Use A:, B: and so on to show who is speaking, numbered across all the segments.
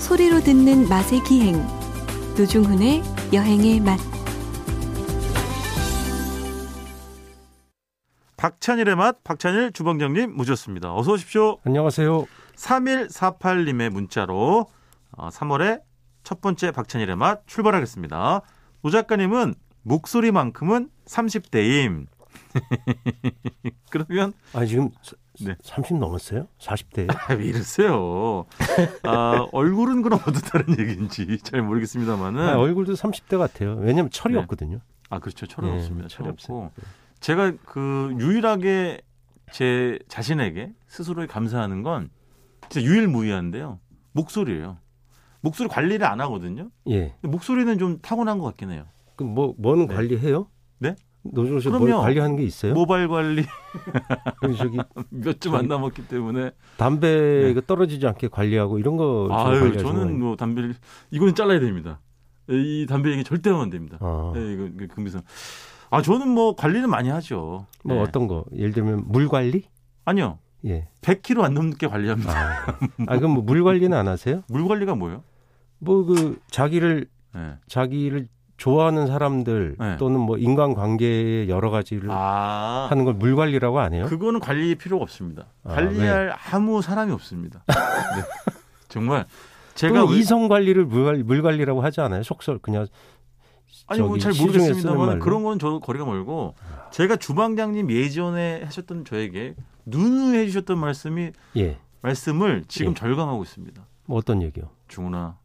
A: 소리로 듣는 맛의 기행 노중훈의 여행의 맛
B: 박찬일의 맛, 박찬일 주방장님 모셨습니다. 어서 오십시오.
C: 안녕하세요.
B: 3148님의 문자로 3월에 첫 번째 박찬일의 맛 출발하겠습니다. 노 작가님은 목소리만큼은 30대임. 그러면
C: 아 지금 사-
B: 네.
C: 30 넘었어요? 40대예요?
B: 아, 왜 이러세요? 아, 얼굴은 그럼 어떻다는 얘기인지 잘 모르겠습니다만은
C: 아, 얼굴도 30대 같아요. 왜냐면 철이
B: 네.
C: 없거든요.
B: 아 그렇죠 철은
C: 네,
B: 없습니다 철
C: 철이
B: 없고 제가 그 유일하게 제 자신에게 스스로에 감사하는 건 진짜 유일무이한데요 목소리예요 목소리 관리를 안 하거든요
C: 예.
B: 근데 목소리는 좀 타고난 것 같긴 해요
C: 그럼 뭐 뭐는
B: 네.
C: 관리해요?
B: 네?
C: 노조 씨뭘
B: 그럼요. 뭐.
C: 관리하는 게 있어요?
B: 모발 관리
C: 그럼 저기
B: 몇 주
C: 예?
B: 안 남았기 때문에
C: 담배가 떨어지지 않게 관리하고 이런 거 좀
B: 네. 아유
C: 어, 관리하시는
B: 저는
C: 거예요?
B: 뭐 담배를 이거는 잘라야 됩니다 이 담배 얘기 절대 하면 안 됩니다
C: 아,
B: 네, 이거 이거 금비선 아 저는 뭐 관리는 많이 하죠
C: 뭐
B: 네.
C: 어떤 거? 예를 들면 물 관리?
B: 아니요
C: 예.
B: 100kg 안 넘게 관리합니다
C: 아, 아 그럼 뭐 물 관리는 안 하세요?
B: 물 관리가 뭐예요?
C: 뭐 그 자기를
B: 네.
C: 자기를 좋아하는 사람들
B: 네.
C: 또는 뭐 인간 관계의 여러 가지를
B: 아
C: 하는 걸 물 관리라고 안 해요?
B: 그거는 관리 필요가 없습니다.
C: 아,
B: 관리할 아무 사람이 없습니다. 네. 정말 제가
C: 또는
B: 왜,
C: 이성 관리를 물관리, 물관리라고 하지 않아요? 속설 그냥
B: 아니 뭐
C: 저기
B: 잘
C: 시중에 쓰는
B: 모르겠습니다만
C: 말로.
B: 그런 거는 저도 거리가 멀고 제가 주방장님 예전에 하셨던 저에게 누누해 주셨던 말씀이
C: 예.
B: 말씀을 지금
C: 예.
B: 절감하고 있습니다.
C: 뭐 어떤 얘기요?
B: 중훈아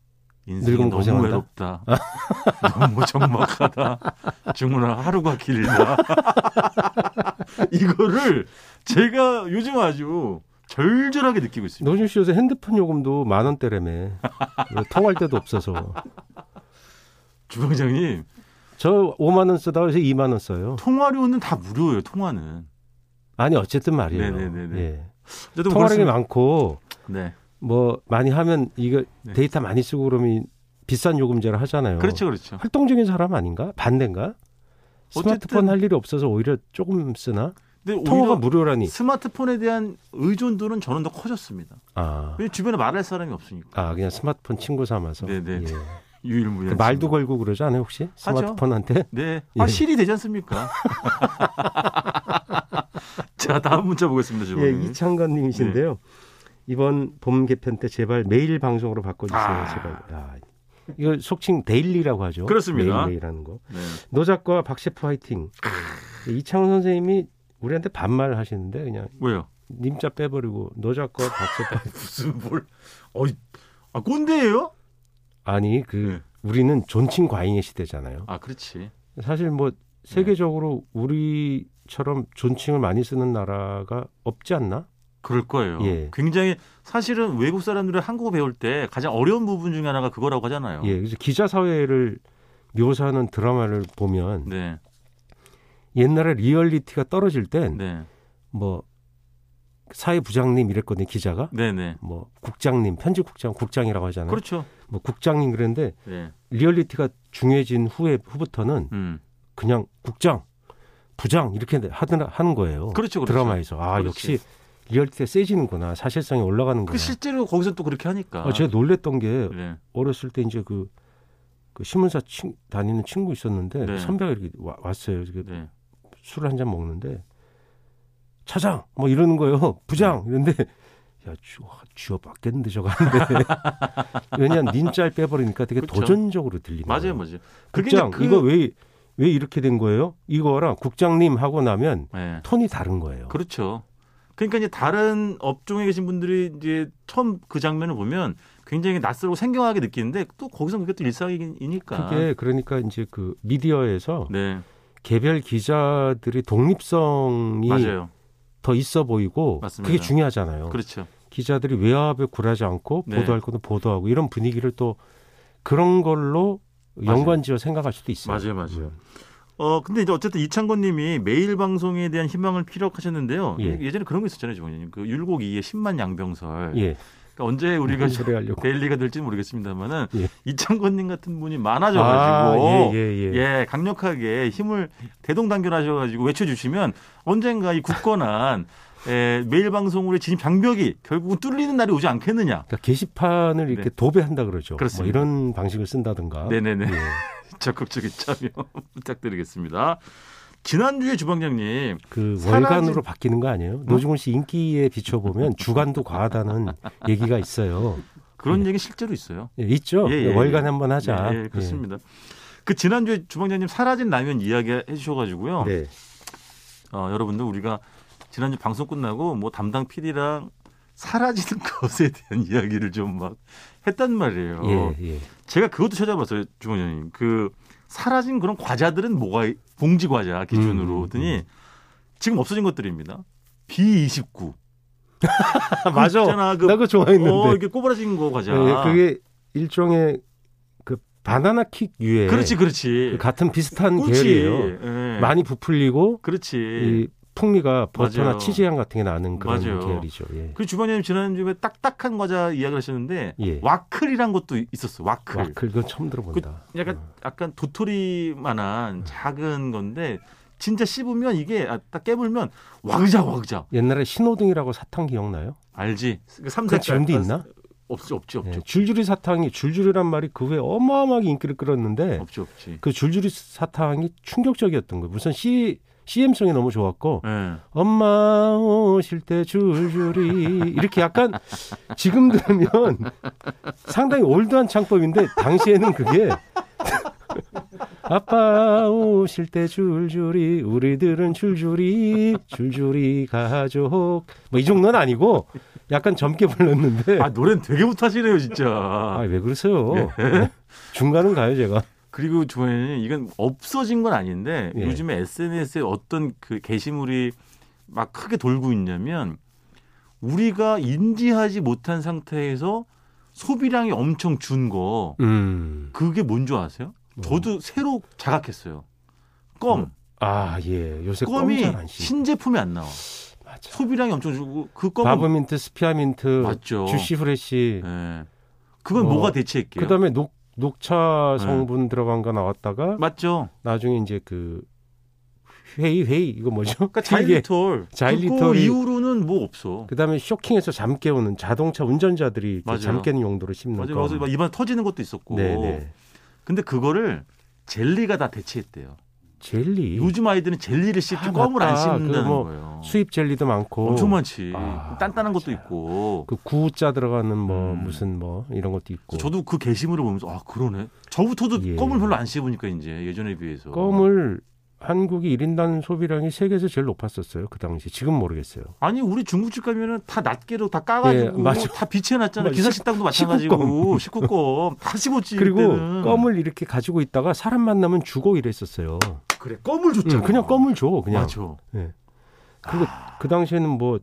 B: 인생이
C: 늙으면
B: 너무
C: 고생한다?
B: 외롭다. 너무 적막하다. 중훈아 하루가 길다. 이거를 제가 요즘 아주 절절하게 느끼고 있습니다.
C: 노준 씨 요새 핸드폰 요금도 만 원대라며 왜 통할 데도 없어서
B: 주방장님
C: 저 5만 원 쓰다가 요새 2만 원 써요.
B: 통화료는 다 무료예요. 통화는.
C: 아니 어쨌든 말이에요.
B: 네네네네.
C: 예.
B: 어쨌든
C: 통화량이
B: 그렇습니다.
C: 많고
B: 네.
C: 뭐 많이 하면 이거
B: 네.
C: 데이터 많이 쓰고 그러면 비싼 요금제를 하잖아요.
B: 그렇죠, 그렇죠.
C: 활동적인 사람 아닌가? 반대인가? 스마트폰
B: 어쨌든-
C: 할 일이 없어서 오히려 조금 쓰나?
B: 근데
C: 통화가
B: 오히려
C: 무료라니.
B: 스마트폰에 대한 의존도는 저는 더 커졌습니다.
C: 아,
B: 왜냐면 주변에 말할 사람이 없으니까.
C: 아 그냥 스마트폰 친구 삼아서.
B: 네네.
C: 예.
B: 유일무이한.
C: 그 말도
B: 친구.
C: 걸고 그러지 않아요 혹시 스마트폰한테?
B: 네. 아,
C: 예.
B: 실이 되지 않습니까? 자, 다음 문자 보겠습니다, 주방
C: 예, 네.
B: 님
C: 이창건님이신데요. 이번 봄 개편 때 제발 매일 방송으로 바꿔주세요.
B: 아.
C: 제발. 아, 이거 속칭 데일리라고 하죠.
B: 그렇습니다.
C: 매일매일하는 거.
B: 네.
C: 노작과 박셰프 화이팅. 예, 이창원 선생님이 우리한테 반말 하시는데 그냥
B: 왜요?
C: 님자 빼버리고 노작과 박셰프 화이팅.
B: 무슨 뭘? 어이, 아 꼰대예요?
C: 아니 그
B: 네.
C: 우리는 존칭 과잉의 시대잖아요.
B: 아, 그렇지.
C: 사실 뭐 세계적으로 우리처럼 존칭을 많이 쓰는 나라가 없지 않나?
B: 그럴 거예요.
C: 예.
B: 굉장히 사실은 외국 사람들이 한국어 배울 때 가장 어려운 부분 중에 하나가 그거라고 하잖아요.
C: 예, 그래서 기자 사회를 묘사하는 드라마를 보면
B: 네.
C: 옛날에 리얼리티가 떨어질
B: 네.
C: 땐 뭐 사회부장님 이랬거든요 기자가
B: 네, 네.
C: 뭐 국장님 편집국장 국장이라고 하잖아요
B: 그렇죠.
C: 뭐 국장님 그랬는데
B: 네.
C: 리얼리티가 중요해진 후에 후부터는
B: 음.
C: 그냥 국장 부장 이렇게 하든 하는 거예요
B: 그렇죠, 그렇죠.
C: 드라마에서 아
B: 그렇지.
C: 역시 리얼리티가 세지는구나 사실상이 올라가는구나
B: 그 실제로 거기서 또 그렇게 하니까.
C: 아, 제가 놀랬던 게
B: 네.
C: 어렸을 때 이제 그, 그 신문사 친, 다니는 친구 있었는데
B: 네.
C: 선배가 이렇게 와- 왔어요 이렇게
B: 네.
C: 술을 한 잔 먹는데 차장 뭐 이러는 거예요 부장
B: 네.
C: 이런데 야 쥐어 쥐어 받겠는데 저거 하는데 왜냐 님자를 빼버리니까 되게
B: 그쵸.
C: 도전적으로 들리는
B: 맞아요,
C: 거예요.
B: 뭐지. 그게
C: 국장
B: 이제 그-
C: 이거 왜 왜 이렇게 된 거예요? 이거랑 국장님 하고 나면
B: 네.
C: 톤이 다른 거예요.
B: 그렇죠. 그러니까 이제 다른 업종에 계신 분들이 이제 처음 그 장면을 보면 굉장히 낯설고 생경하게 느끼는데 또 거기서 그게 또 일상이니까.
C: 그게 그러니까 이제 그 미디어에서
B: 네.
C: 개별 기자들의 독립성이
B: 맞아요.
C: 더 있어 보이고
B: 맞습니다.
C: 그게 중요하잖아요.
B: 그렇죠.
C: 기자들이 외압에 굴하지 않고
B: 네.
C: 보도할 것도 보도하고 이런 분위기를 또 그런 걸로
B: 맞아요.
C: 연관지어 생각할 수도 있어요.
B: 맞아요,
C: 음.
B: 맞아요. 어, 근데 이제 어쨌든 이창건 님이 매일 방송에 대한 희망을 피력하셨는데요.
C: 예.
B: 예. 전에 그런 거 있었잖아요, 주원님. 그 율곡 2의 10만 양병설.
C: 예.
B: 그러니까 언제 우리가
C: 무슨 소리 하려고.
B: 데일리가 될지 모르겠습니다만은
C: 예.
B: 이창건님 같은 분이
C: 아,
B: 많아져가지고
C: 예, 예, 예.
B: 예, 강력하게 힘을 대동단결하셔가지고 외쳐주시면 언젠가 이 굳건한 에, 매일 방송으로 의 진입 장벽이 결국은 뚫리는 날이 오지 않겠느냐.
C: 그러니까 게시판을 이렇게
B: 네.
C: 도배한다 그러죠. 뭐
B: 그렇습니다.
C: 이런 방식을 쓴다든가.
B: 네네네.
C: 예.
B: 적극적인 참여 부탁드리겠습니다. 지난주에 주방장님
C: 그
B: 사라진- 어?
C: 월간으로 바뀌는 거 아니에요? 노중훈 씨 인기에 비춰보면 주간도 과하다는 얘기가 있어요.
B: 그런 얘기 실제로 있어요.
C: 예, 있죠.
B: 예, 예,
C: 월간
B: 예.
C: 한번 하자.
B: 예, 예, 그렇습니다. 그 지난주에 주방장님 사라진 라면 이야기 해주셔가지고요.
C: 예. 네.
B: 어, 여러분들 우리가 지난주 방송 끝나고 뭐 담당 PD랑 사라지는 것에 대한 이야기를 좀 막 했단 말이에요.
C: 예, 예.
B: 제가 그것도 찾아봤어요, 주원장님. 그 사라진 그런 과자들은 뭐가 있- 봉지 과자
C: 음,
B: 기준으로 하더니 지금 없어진 것들입니다. B29.
C: 맞아.
B: 있잖아, 그-
C: 나 그거 좋아했는데.
B: 어, 이게 꼬부라진 거 과자.
C: 예, 그게 일종의 그 바나나 킥 유에
B: 그렇지, 그렇지.
C: 그 같은 비슷한
B: 꿀치.
C: 계열이에요.
B: 예.
C: 많이 예. 부풀리고
B: 그렇지.
C: 이 풍미가 버터나
B: 맞아요.
C: 치즈향 같은 게 나는 그런
B: 맞아요.
C: 계열이죠. 예.
B: 그리고 주방장님 지난주에 딱딱한 과자 이야기를 하셨는데
C: 예.
B: 와클이란 것도 있었어. 와클.
C: 와클 그건 처음 음. 들어본다.
B: 약간 약간 도토리만한 작은 건데 진짜 씹으면 이게 아, 딱 깨물면 와그작 와그작
C: 옛날에 신호등이라고 사탕 기억나요?
B: 알지? 그
C: 그
B: 삼색
C: 지금도 있나?
B: 없지 없지 없지
C: 예, 줄줄이 사탕이 줄줄이란 말이 그 후에 어마어마하게 인기를 끌었는데
B: 없지 없지.
C: 그 줄줄이 사탕이 충격적이었던 거예요. 무슨 C CM송이 너무 좋았고
B: 예.
C: 엄마 오실 때 줄줄이 이렇게 약간 지금 들으면 상당히 올드한 창법인데 당시에는 그게 아빠 오실 때 줄줄이 우리들은 줄줄이 줄줄이 가족 뭐 이 정도는 아니고 약간 젊게 불렀는데
B: 아 노래는 되게 못하시네요 진짜.
C: 아왜 그러세요 네? 중간은 가요 제가
B: 그리고 조현이 이건 없어진 건 아닌데
C: 예.
B: 요즘에 SNS에 어떤 그 게시물이 막 크게 돌고 있냐면 우리가 인지하지 못한 상태에서 소비량이 엄청 준 거
C: 음.
B: 그게 뭔 줄 아세요?
C: 뭐?
B: 저도 새로 자각했어요. 껌.
C: 아예 요새
B: 껌이
C: 뭐, 그 껌잘안 씹.
B: 신제품이 안 나와.
C: 맞아.
B: 소비량이 엄청 줄고 그 껌은
C: 바브민트, 스피아민트,
B: 맞죠.
C: 주시 프레시
B: 예. 그건
C: 뭐,
B: 뭐가 대체할게요.
C: 그다음에 녹 녹차
B: 네.
C: 성분 들어간 거 나왔다가
B: 맞죠.
C: 나중에 이제 그 회의 회의 이거 뭐죠?
B: 그러니까
C: 이게
B: 자일리톨.
C: 자일리톨이-
B: 그거 이후로는 뭐 없어.
C: 그다음에 쇼킹에서 잠 깨우는 자동차 운전자들이 이렇게
B: 맞아요.
C: 잠 깨는 용도로 씹는
B: 맞아요.
C: 거.
B: 거기서 막 입안 터지는 것도 있었고.
C: 그러니까. 네네.
B: 근데 그거를 젤리가 다 대체했대요.
C: 젤리.
B: 요즘 아이들은 젤리를 씹지
C: 아,
B: 껌을 안
C: 맞다.
B: 씹는다는
C: 그거 뭐
B: 거예요.
C: 수입 젤리도 많고.
B: 엄청 많지.
C: 아,
B: 단단한 것도
C: 맞아요.
B: 있고.
C: 그 구자 들어가는 뭐
B: 음.
C: 무슨 뭐 이런 것도 있고.
B: 저도 그 게시물을 보면서 아 그러네. 저부터도
C: 예.
B: 껌을 별로 안 씹으니까 이제 예전에 비해서.
C: 껌을 한국이 1인당 소비량이 세계에서 제일 높았었어요. 그 당시. 지금 모르겠어요.
B: 아니 우리 중국집 가면은 다 낱개로 다 까가지고
C: 예, 맞아.
B: 다 비치해놨잖아.
C: 맞아.
B: 기사 식당도 마찬가지고 식구껌 다 씹었지.
C: 그리고
B: 그때는.
C: 껌을 이렇게 가지고 있다가 사람 만나면 주고 이랬었어요.
B: 그래 껌을 줬잖아.
C: 예, 그냥 껌을 줘. 그냥.
B: 맞아.
C: 그리고 그 당시에는 뭐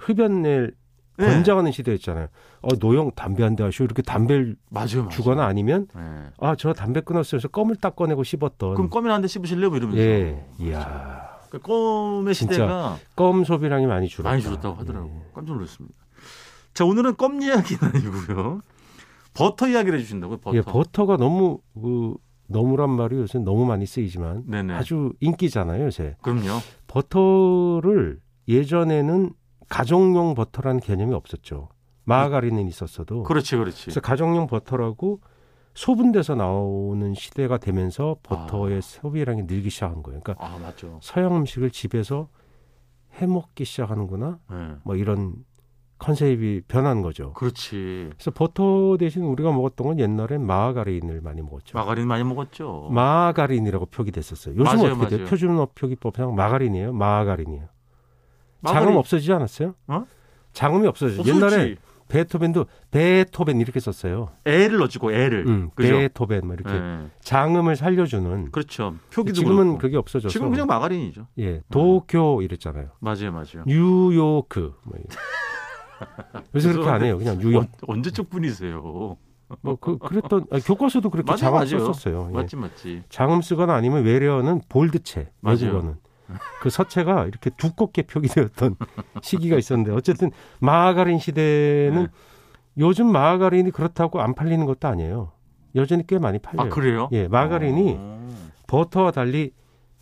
C: 흡연을
B: 예.
C: 권장하는 시대였잖아요. 어, 노형 담배 한 대 하시오. 이렇게 담배를
B: 맞아요. 맞아요.
C: 주거나 아니면
B: 예.
C: 아, 저 담배 끊었어요. 그래서 껌을 딱 꺼내고 씹었던.
B: 그럼 껌이나 한 대 씹으실래요? 뭐 이러면서.
C: 예. 이야.
B: 그러니까 껌의
C: 진짜
B: 시대가
C: 껌 소비량이 많이 줄었다. 예.
B: 많이 줄었다고 하더라고. 깜짝 놀랐습니다. 자 오늘은 껌 이야기는 아니고요. 버터 이야기를 해주신다고요. 버터.
C: 예. 예, 버터가 너무 그 너무란 말이 요새 너무 많이 쓰이지만
B: 네네.
C: 아주 인기잖아요, 요새.
B: 그럼요.
C: 버터를 예전에는 가정용 버터라는 개념이 없었죠. 마가린은 있었어도.
B: 그렇지 그렇지.
C: 그래서 가정용 버터라고 소분돼서 나오는 시대가 되면서 버터의 소비량이 늘기 시작한 거예요. 그러니까
B: 아 맞죠.
C: 서양 음식을 집에서 해 먹기 시작하는구나.
B: 예.
C: 뭐 이런 컨셉이 변한 거죠.
B: 그렇지.
C: 그래서 버터 대신 우리가 먹었던 건 옛날엔 마가린을 많이 먹었죠.
B: 마가린 많이 먹었죠.
C: 가린이라고 표기됐었어요. 요즘
B: 맞아요,
C: 어떻게 돼요?
B: 맞아요.
C: 표준어 표기법상 마가린이에요. 마가린이에요.
B: 마가린-
C: 장음 없어지지 않았어요?
B: 어?
C: 장음이 없어지죠.
B: 없었지.
C: 옛날에 베토벤도 베토벤 이렇게 썼어요.
B: 애를 넣어주고 애를.
C: 음,
B: 예, 그죠?
C: 베토벤 뭐 이렇게
B: 예.
C: 장음을 살려주는
B: 그렇죠. 표기도
C: 지금은
B: 그렇고.
C: 그게 없어져서
B: 지금 그냥 마가린이죠.
C: 예 도쿄 이랬잖아요.
B: 맞아요, 맞아요.
C: 뉴요크 뭐 이- 요새 그렇게 안
B: 죄송한데
C: 해요. 그냥 뉴욕
B: 언- 언제적 분이세요?
C: 뭐그 그랬던 아니, 교과서도 그렇게
B: 맞아요,
C: 장음
B: 맞아요.
C: 썼었어요. 예.
B: 맞지, 맞지.
C: 장음 쓰거나 아니면 외래어는 볼드체
B: 맞아요.
C: 외국어는 그 서체가 이렇게 두껍게 표기되었던 시기가 있었는데 어쨌든 마가린 시대는
B: 네.
C: 요즘 마가린이 그렇다고 안 팔리는 것도 아니에요. 여전히 꽤 많이
B: 아
C: 팔려요.
B: 그래요?
C: 예, 마가린이
B: 어.
C: 버터와 달리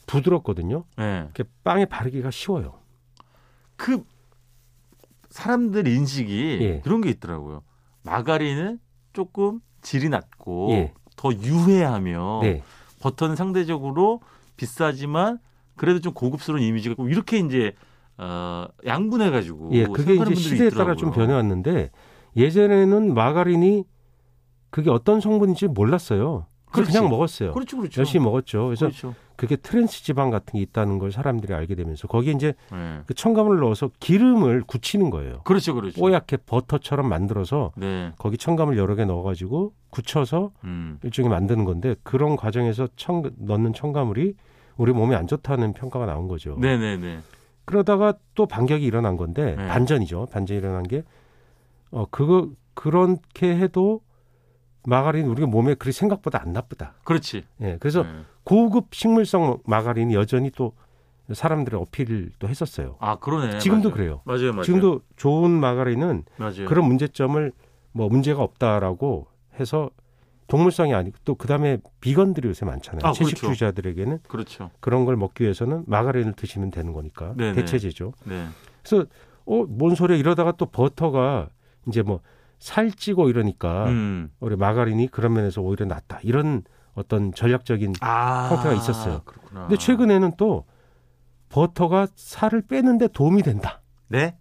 C: 부드럽거든요.
B: 예.
C: 이렇게 빵에 바르기가 쉬워요.
B: 그 사람들 인식이
C: 예.
B: 그런 게 있더라고요. 마가린은 조금 질이 낮고 어,
C: 예.
B: 더 유해하며
C: 네.
B: 버터는 상대적으로 비싸지만 그래도 좀 고급스러운 이미지가 있고 이렇게 이제 어, 양분해 가지고
C: 예, 그게 이제 시대에 따라 좀 변해왔는데 예전에는 마가린이 그게 어떤 성분인지 몰랐어요. 그걸
B: 그렇지.
C: 그냥 먹었어요.
B: 그렇죠, 그렇죠.
C: 열심히 먹었죠. 그래서
B: 그렇죠.
C: 그게 트랜스 지방 같은 게 있다는 걸 사람들이 알게 되면서 거기에 이제
B: 예.
C: 그 첨가물을 넣어서 기름을 굳히는 거예요.
B: 그렇죠, 그렇죠.
C: 뽀얗게 버터처럼 만들어서
B: 네,
C: 거기 첨가물 여러 개 넣어가지고 굳혀서
B: 음,
C: 일종의 만드는 건데 그런 과정에서 첨- 넣는 첨가물이 우리 몸에 안 좋다는 평가가 나온 거죠.
B: 네, 네, 네.
C: 그러다가 또 반격이 일어난 건데
B: 네.
C: 반전이죠. 반전이 일어난 게 어, 그거 그렇게 해도 마가린 우리가 몸에 그리 생각보다 안 나쁘다.
B: 그렇지.
C: 예. 그래서
B: 네.
C: 고급 식물성 마가린이 여전히 또 사람들의 어필도 했었어요.
B: 아 그러네.
C: 지금도
B: 맞아요.
C: 그래요.
B: 맞아요, 예. 맞아요.
C: 지금도 좋은 마가린은
B: 맞아요.
C: 그런 문제점을 뭐 문제가 없다라고 해서 동물성이 아니고 또 그다음에 비건들이 요새 많잖아요.
B: 아, 그렇죠.
C: 채식주의자들에게는
B: 그렇죠.
C: 그런 걸 먹기 위해서는 마가린을 드시면 되는 거니까
B: 네네.
C: 대체제죠.
B: 네,
C: 그래서 어 뭔 소리야 이러다가 또 버터가 이제 뭐 살찌고 이러니까
B: 음,
C: 우리 마가린이 그런 면에서 오히려 낫다 이런 어떤 전략적인
B: 아,
C: 형태가 있었어요.
B: 그렇구나.
C: 근데 최근에는 또 버터가 살을 빼는데 도움이 된다.
B: 네,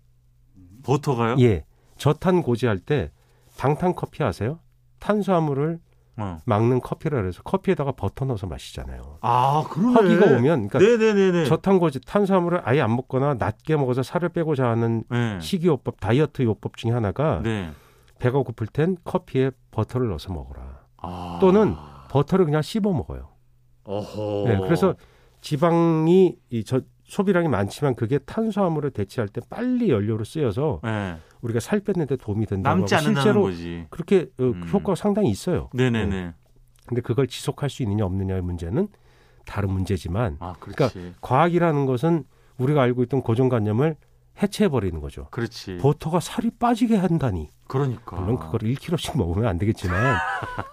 B: 버터가요?
C: 예. 저탄 고지할 때 방탄 커피 아세요? 탄수화물을
B: 어.
C: 막는 커피라 그래서 커피에다가 버터 넣어서 마시잖아요.
B: 아, 그러네.
C: 허기가 오면 그러니까
B: 네, 네, 네, 네.
C: 저탄 고지 탄수화물을 아예 안 먹거나 낮게 먹어서 살을 빼고자 하는
B: 네.
C: 식이요법, 다이어트 요법 중에 하나가
B: 네.
C: 배가 고플 땐 커피에 버터를 넣어서 먹어라.
B: 아.
C: 또는 버터를 그냥 씹어 먹어요.
B: 어허.
C: 네, 그래서 지방이 이 저, 소비량이 많지만 그게 탄수화물을 대체할 때 빨리 연료로 쓰여서
B: 네.
C: 우리가 살 뺐는데 도움이 된다고
B: 남지
C: 하고
B: 않는다는
C: 실제로
B: 거지.
C: 그렇게 어,
B: 음.
C: 효과가 상당히 있어요.
B: 네, 네, 네.
C: 근데 그걸 지속할 수 있느냐 없느냐의 문제는 다른 문제지만
B: 아, 그렇지.
C: 그러니까 과학이라는 것은 우리가 알고 있던 고정관념을 해체해 버리는 거죠.
B: 그렇지.
C: 버터가 살이 빠지게 한다니.
B: 그러니까.
C: 물론 그걸 1kg씩 먹으면 안 되겠지만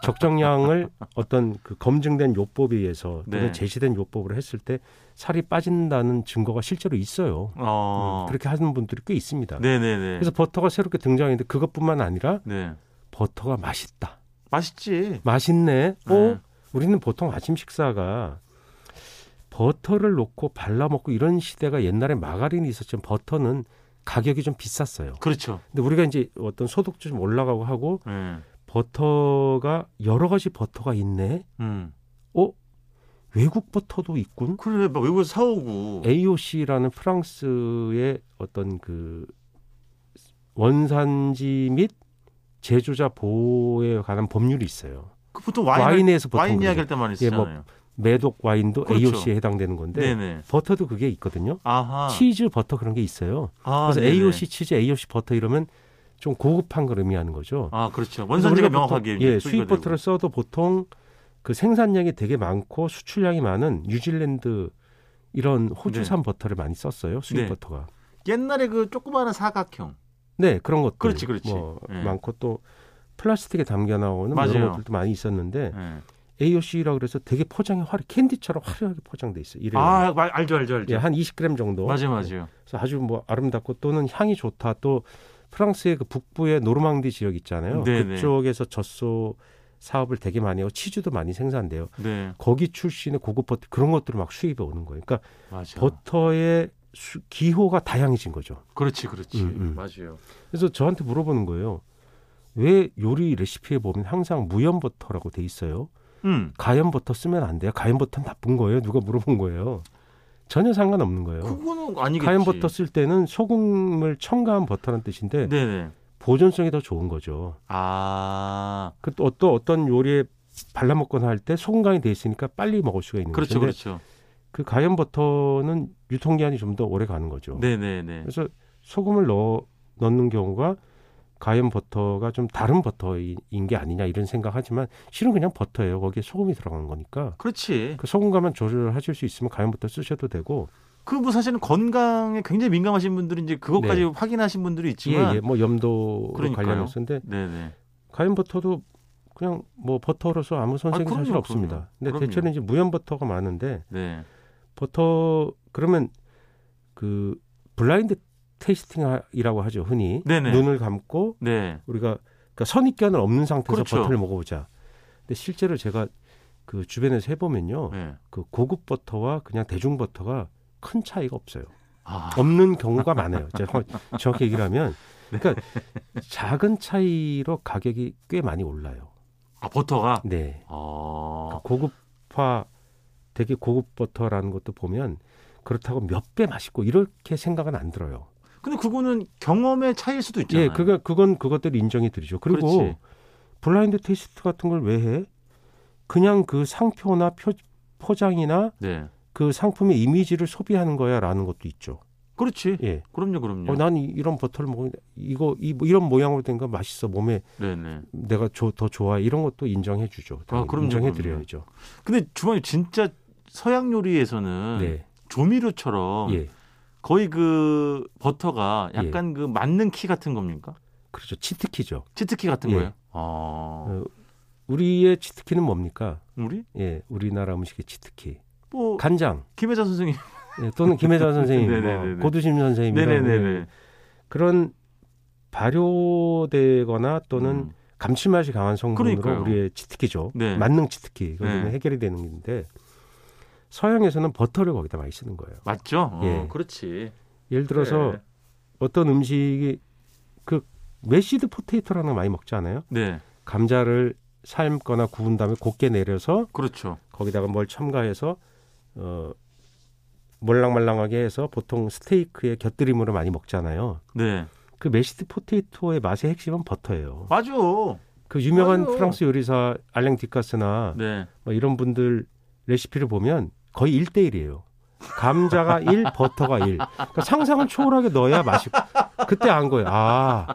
C: 적정량을 어떤 그 검증된 요법에 의해서
B: 네.
C: 또는 제시된 요법으로 했을 때 살이 빠진다는 증거가 실제로 있어요.
B: 어.
C: 음, 그렇게 하는 분들이 꽤 있습니다.
B: 네, 네, 네.
C: 그래서 버터가 새롭게 등장했는데 그것뿐만 아니라
B: 네.
C: 버터가 맛있다.
B: 맛있지.
C: 맛있네. 어?
B: 네.
C: 우리는 보통 아침 식사가 버터를 넣고 발라 먹고 이런 시대가 옛날에 마가린이 있었지만 버터는 가격이 좀 비쌌어요.
B: 그렇죠.
C: 근데 우리가 이제 어떤 소득도 좀 올라가고 하고
B: 네.
C: 버터가 여러 가지 버터가 있네.
B: 음.
C: 어? 외국 버터도 있군.
B: 그래, 막 외국에서 사오고.
C: AOC라는 프랑스의 어떤 그 원산지 및 제조자 보호에 관한 법률이 있어요.
B: 그 보통 와인, 와인,
C: 와인에서 보통 그러죠.
B: 이야기할 때만
C: 예, 뭐
B: 있잖아요.
C: 매독 와인도
B: 그렇죠.
C: AOC에 해당되는 건데
B: 네, 네.
C: 버터도 그게 있거든요.
B: 아하.
C: 치즈 버터 그런 게 있어요.
B: 아,
C: 그래서
B: 네네.
C: AOC 치즈, AOC 버터 이러면 좀 고급한 걸 의미하는 거죠.
B: 아, 그렇죠.
C: 그래서
B: 원산지가
C: 우리가
B: 명확하게
C: 보통, 예,
B: 소개가
C: 수입
B: 되고.
C: 버터를 써도 보통 그 생산량이 되게 많고 수출량이 많은 뉴질랜드 이런 호주산 버터를 많이 썼어요. 수입
B: 네.
C: 버터가.
B: 옛날에 그 조그마한 사각형.
C: 네, 그런 것들.
B: 그렇지, 그렇지.
C: 뭐
B: 예.
C: 많고 또 플라스틱에 담겨 나오는
B: 맞아요.
C: 그런 것들도 많이 있었는데
B: 예.
C: AOC라 그래서 되게 포장이 화려 캔디처럼 화려하게 포장돼 있어요. 일회용.
B: 아, 말- 알죠, 알죠, 알죠.
C: 예, 한 20g 정도.
B: 맞아요, 맞아요.
C: 그래서 아주 뭐 아름답고 또는 향이 좋다. 또 프랑스의 그 북부의 노르망디 지역 있잖아요.
B: 네네.
C: 그쪽에서 젖소 사업을 되게 많이 하고 치즈도 많이 생산돼요.
B: 네,
C: 거기 출신의 고급 버터 그런 것들을 막 수입해 오는 거예요. 그러니까
B: 맞아요.
C: 버터의 수- 기호가 다양해진 거죠.
B: 그렇지, 그렇지.
C: 음, 음.
B: 맞아요.
C: 그래서 저한테 물어보는 거예요. 왜 요리 레시피에 보면 항상 무염 버터라고 돼 있어요?
B: 음.
C: 가염 버터 쓰면 안 돼요. 가염 버터는 나쁜 거예요. 누가 물어본 거예요. 전혀 상관없는 거예요.
B: 그거는 아니겠지.
C: 가염 버터 쓸 때는 소금을 첨가한 버터란 뜻인데
B: 네, 네.
C: 보존성이 더 좋은 거죠.
B: 아,
C: 그또 또 어떤 요리에 발라 먹거나 할 때 소금 간이 돼 있으니까 빨리 먹을 수가 있는
B: 그렇죠,
C: 거죠. 음, 근데
B: 그렇죠.
C: 그 가염 버터는 유통기한이 좀 더 오래 가는 거죠.
B: 네, 네, 네.
C: 그래서 소금을 넣어 넣는 경우가 가염 버터가 좀 다른 버터인 게 아니냐 이런 생각하지만 실은 그냥 버터예요. 거기에 소금이 들어간 거니까
B: 그렇지.
C: 그 소금간만 조절하실 수 있으면 가염 버터 쓰셔도 되고
B: 그 뭐 사실은 건강에 굉장히 민감하신 분들은 이제 그것까지
C: 네.
B: 확인하신 분들이 있지만,
C: 예예 뭐 염도
B: 그러니까요.
C: 관련해서인데
B: 네, 네.
C: 가염 버터도 그냥 뭐 버터로서 아무 손색이
B: 그럼요,
C: 사실
B: 그럼요.
C: 없습니다. 근데
B: 그럼요.
C: 대체로 이제 무염 버터가 많은데
B: 네.
C: 버터 그러면 그 블라인드 테이스팅이라고 하죠 흔히
B: 네네.
C: 눈을 감고
B: 네.
C: 우리가 그러니까 선입견은 없는 상태에서
B: 그렇죠.
C: 버터를 먹어보자. 근데 실제로 제가 그 주변에서 해보면요,
B: 네.
C: 그 고급 버터와 그냥 대중 버터가 큰 차이가 없어요.
B: 아,
C: 없는 경우가 많아요. 제가 정확히 얘기를 하면, 그러니까
B: 네.
C: 작은 차이로 가격이 꽤 많이 올라요.
B: 아, 버터가.
C: 네,
B: 아,
C: 그러니까 고급화 되게 고급 버터라는 것도 보면 그렇다고 몇 배 맛있고 이렇게 생각은 안 들어요.
B: 근데 그거는 경험의 차이일 수도 있잖아요.
C: 예, 그거 그건 그것대로 인정이 드리죠. 그리고
B: 그렇지.
C: 블라인드 테스트 같은 걸 왜 해? 그냥 그 상표나 표, 포장이나
B: 네.
C: 그 상품의 이미지를 소비하는 거야라는 것도 있죠.
B: 그렇지.
C: 예.
B: 그럼요, 그럼요.
C: 어, 난 이- 이런 버터를 먹으면 이거 이, 뭐 이런 모양으로 된 거 맛있어 몸에
B: 네네.
C: 내가 조- 더 좋아 이런 것도 인정해 주죠.
B: 아, 그럼요,
C: 인정해
B: 그럼요.
C: 드려야죠.
B: 근데 주방에 진짜 서양 요리에서는
C: 네,
B: 조미료처럼
C: 예,
B: 거의 그 버터가 약간 그 맞는 키 같은 겁니까?
C: 그렇죠. 치트키죠.
B: 치트키 같은
C: 예.
B: 거예요? 아,
C: 어, 우리의 치트키는 뭡니까?
B: 우리?
C: 예, 우리나라 음식의 치트키.
B: 뭐,
C: 간장
B: 김혜자 선생님.
C: 예, 또는 김혜자 선생님,
B: 네네네네.
C: 뭐, 고두심 선생님 이런
B: 네네네네.
C: 그런 발효되거나 또는
B: 음.
C: 감칠맛이 강한 성분으로
B: 그러니까요.
C: 우리의 치트키죠.
B: 네.
C: 만능 치트키. 그러면
B: 네.
C: 해결이 되는 건데 서양에서는 버터를 거기다 많이 쓰는 거예요.
B: 맞죠? 어,
C: 예.
B: 그렇지.
C: 예를 들어서
B: 네.
C: 어떤 음식이 그 메시드 포테이토라는 거 많이 먹지 않아요?
B: 네. 네.
C: 감자를 삶거나 구운 다음에 곱게 내려서
B: 그렇죠.
C: 거기다가 뭘 첨가해서 어 말랑말랑하게 해서 보통 스테이크에 곁들임으로 많이 먹잖아요.
B: 네.
C: 그 메시드 포테이토의 맛의 핵심은 버터예요.
B: 맞아.
C: 그 유명한
B: 맞아요.
C: 프랑스 요리사 알랭 디카스나
B: 네.
C: 뭐 이런 분들 레시피를 보면 거의 1대1이에요. 감자가 1, 버터가 1. 그러니까 상상을 초월하게 넣어야 맛있고. 그때 안 거예요. 아.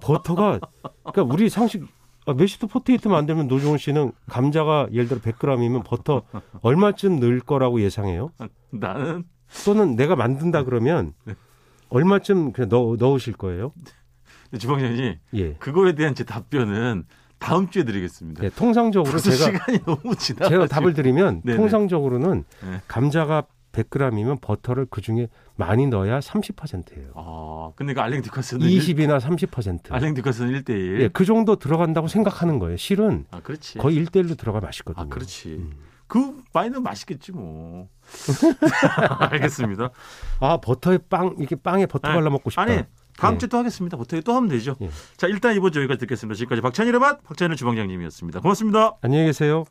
C: 버터. 가 그러니까 우리 상식, 아, 메시드 포테이토 만들면 노종훈 씨는 감자가 예를 들어 100g이면 버터 얼마쯤 넣을 거라고 예상해요?
B: 나는
C: 또는 내가 만든다 그러면 얼마쯤 그냥 넣, 넣으실 거예요?
B: 주방장님
C: 예.
B: 그거에 대한 제 답변은 다음 주에 드리겠습니다.
C: 예, 통상적으로
B: 벌써
C: 제가
B: 시간이 너무 아, 지나.
C: 제가 답을 드리면
B: 네네.
C: 통상적으로는
B: 네.
C: 감자가 100g이면 버터를 그 중에 많이 넣어야 30%예요.
B: 아, 근데 그 알랭 디카스는
C: 20이나
B: 일-
C: 30%.
B: 알랭 디카스는 1대 1.
C: 예, 그 정도 들어간다고 생각하는 거예요. 실은
B: 아, 그렇지.
C: 거의 1대1로 들어가 맛있거든요.
B: 아, 그렇지.
C: 음.
B: 그 와인은 맛있겠지 뭐. 알겠습니다.
C: 아, 버터에 빵 이렇게 빵에 버터
B: 아니,
C: 발라 먹고 싶다.
B: 아니 다음
C: 예.
B: 주에 또 하겠습니다. 보통 또 하면 되죠.
C: 예.
B: 자 일단 이번 주 여기까지 듣겠습니다. 지금까지 박찬일의 맛 박찬일 주방장님이었습니다. 고맙습니다.
C: 안녕히 계세요.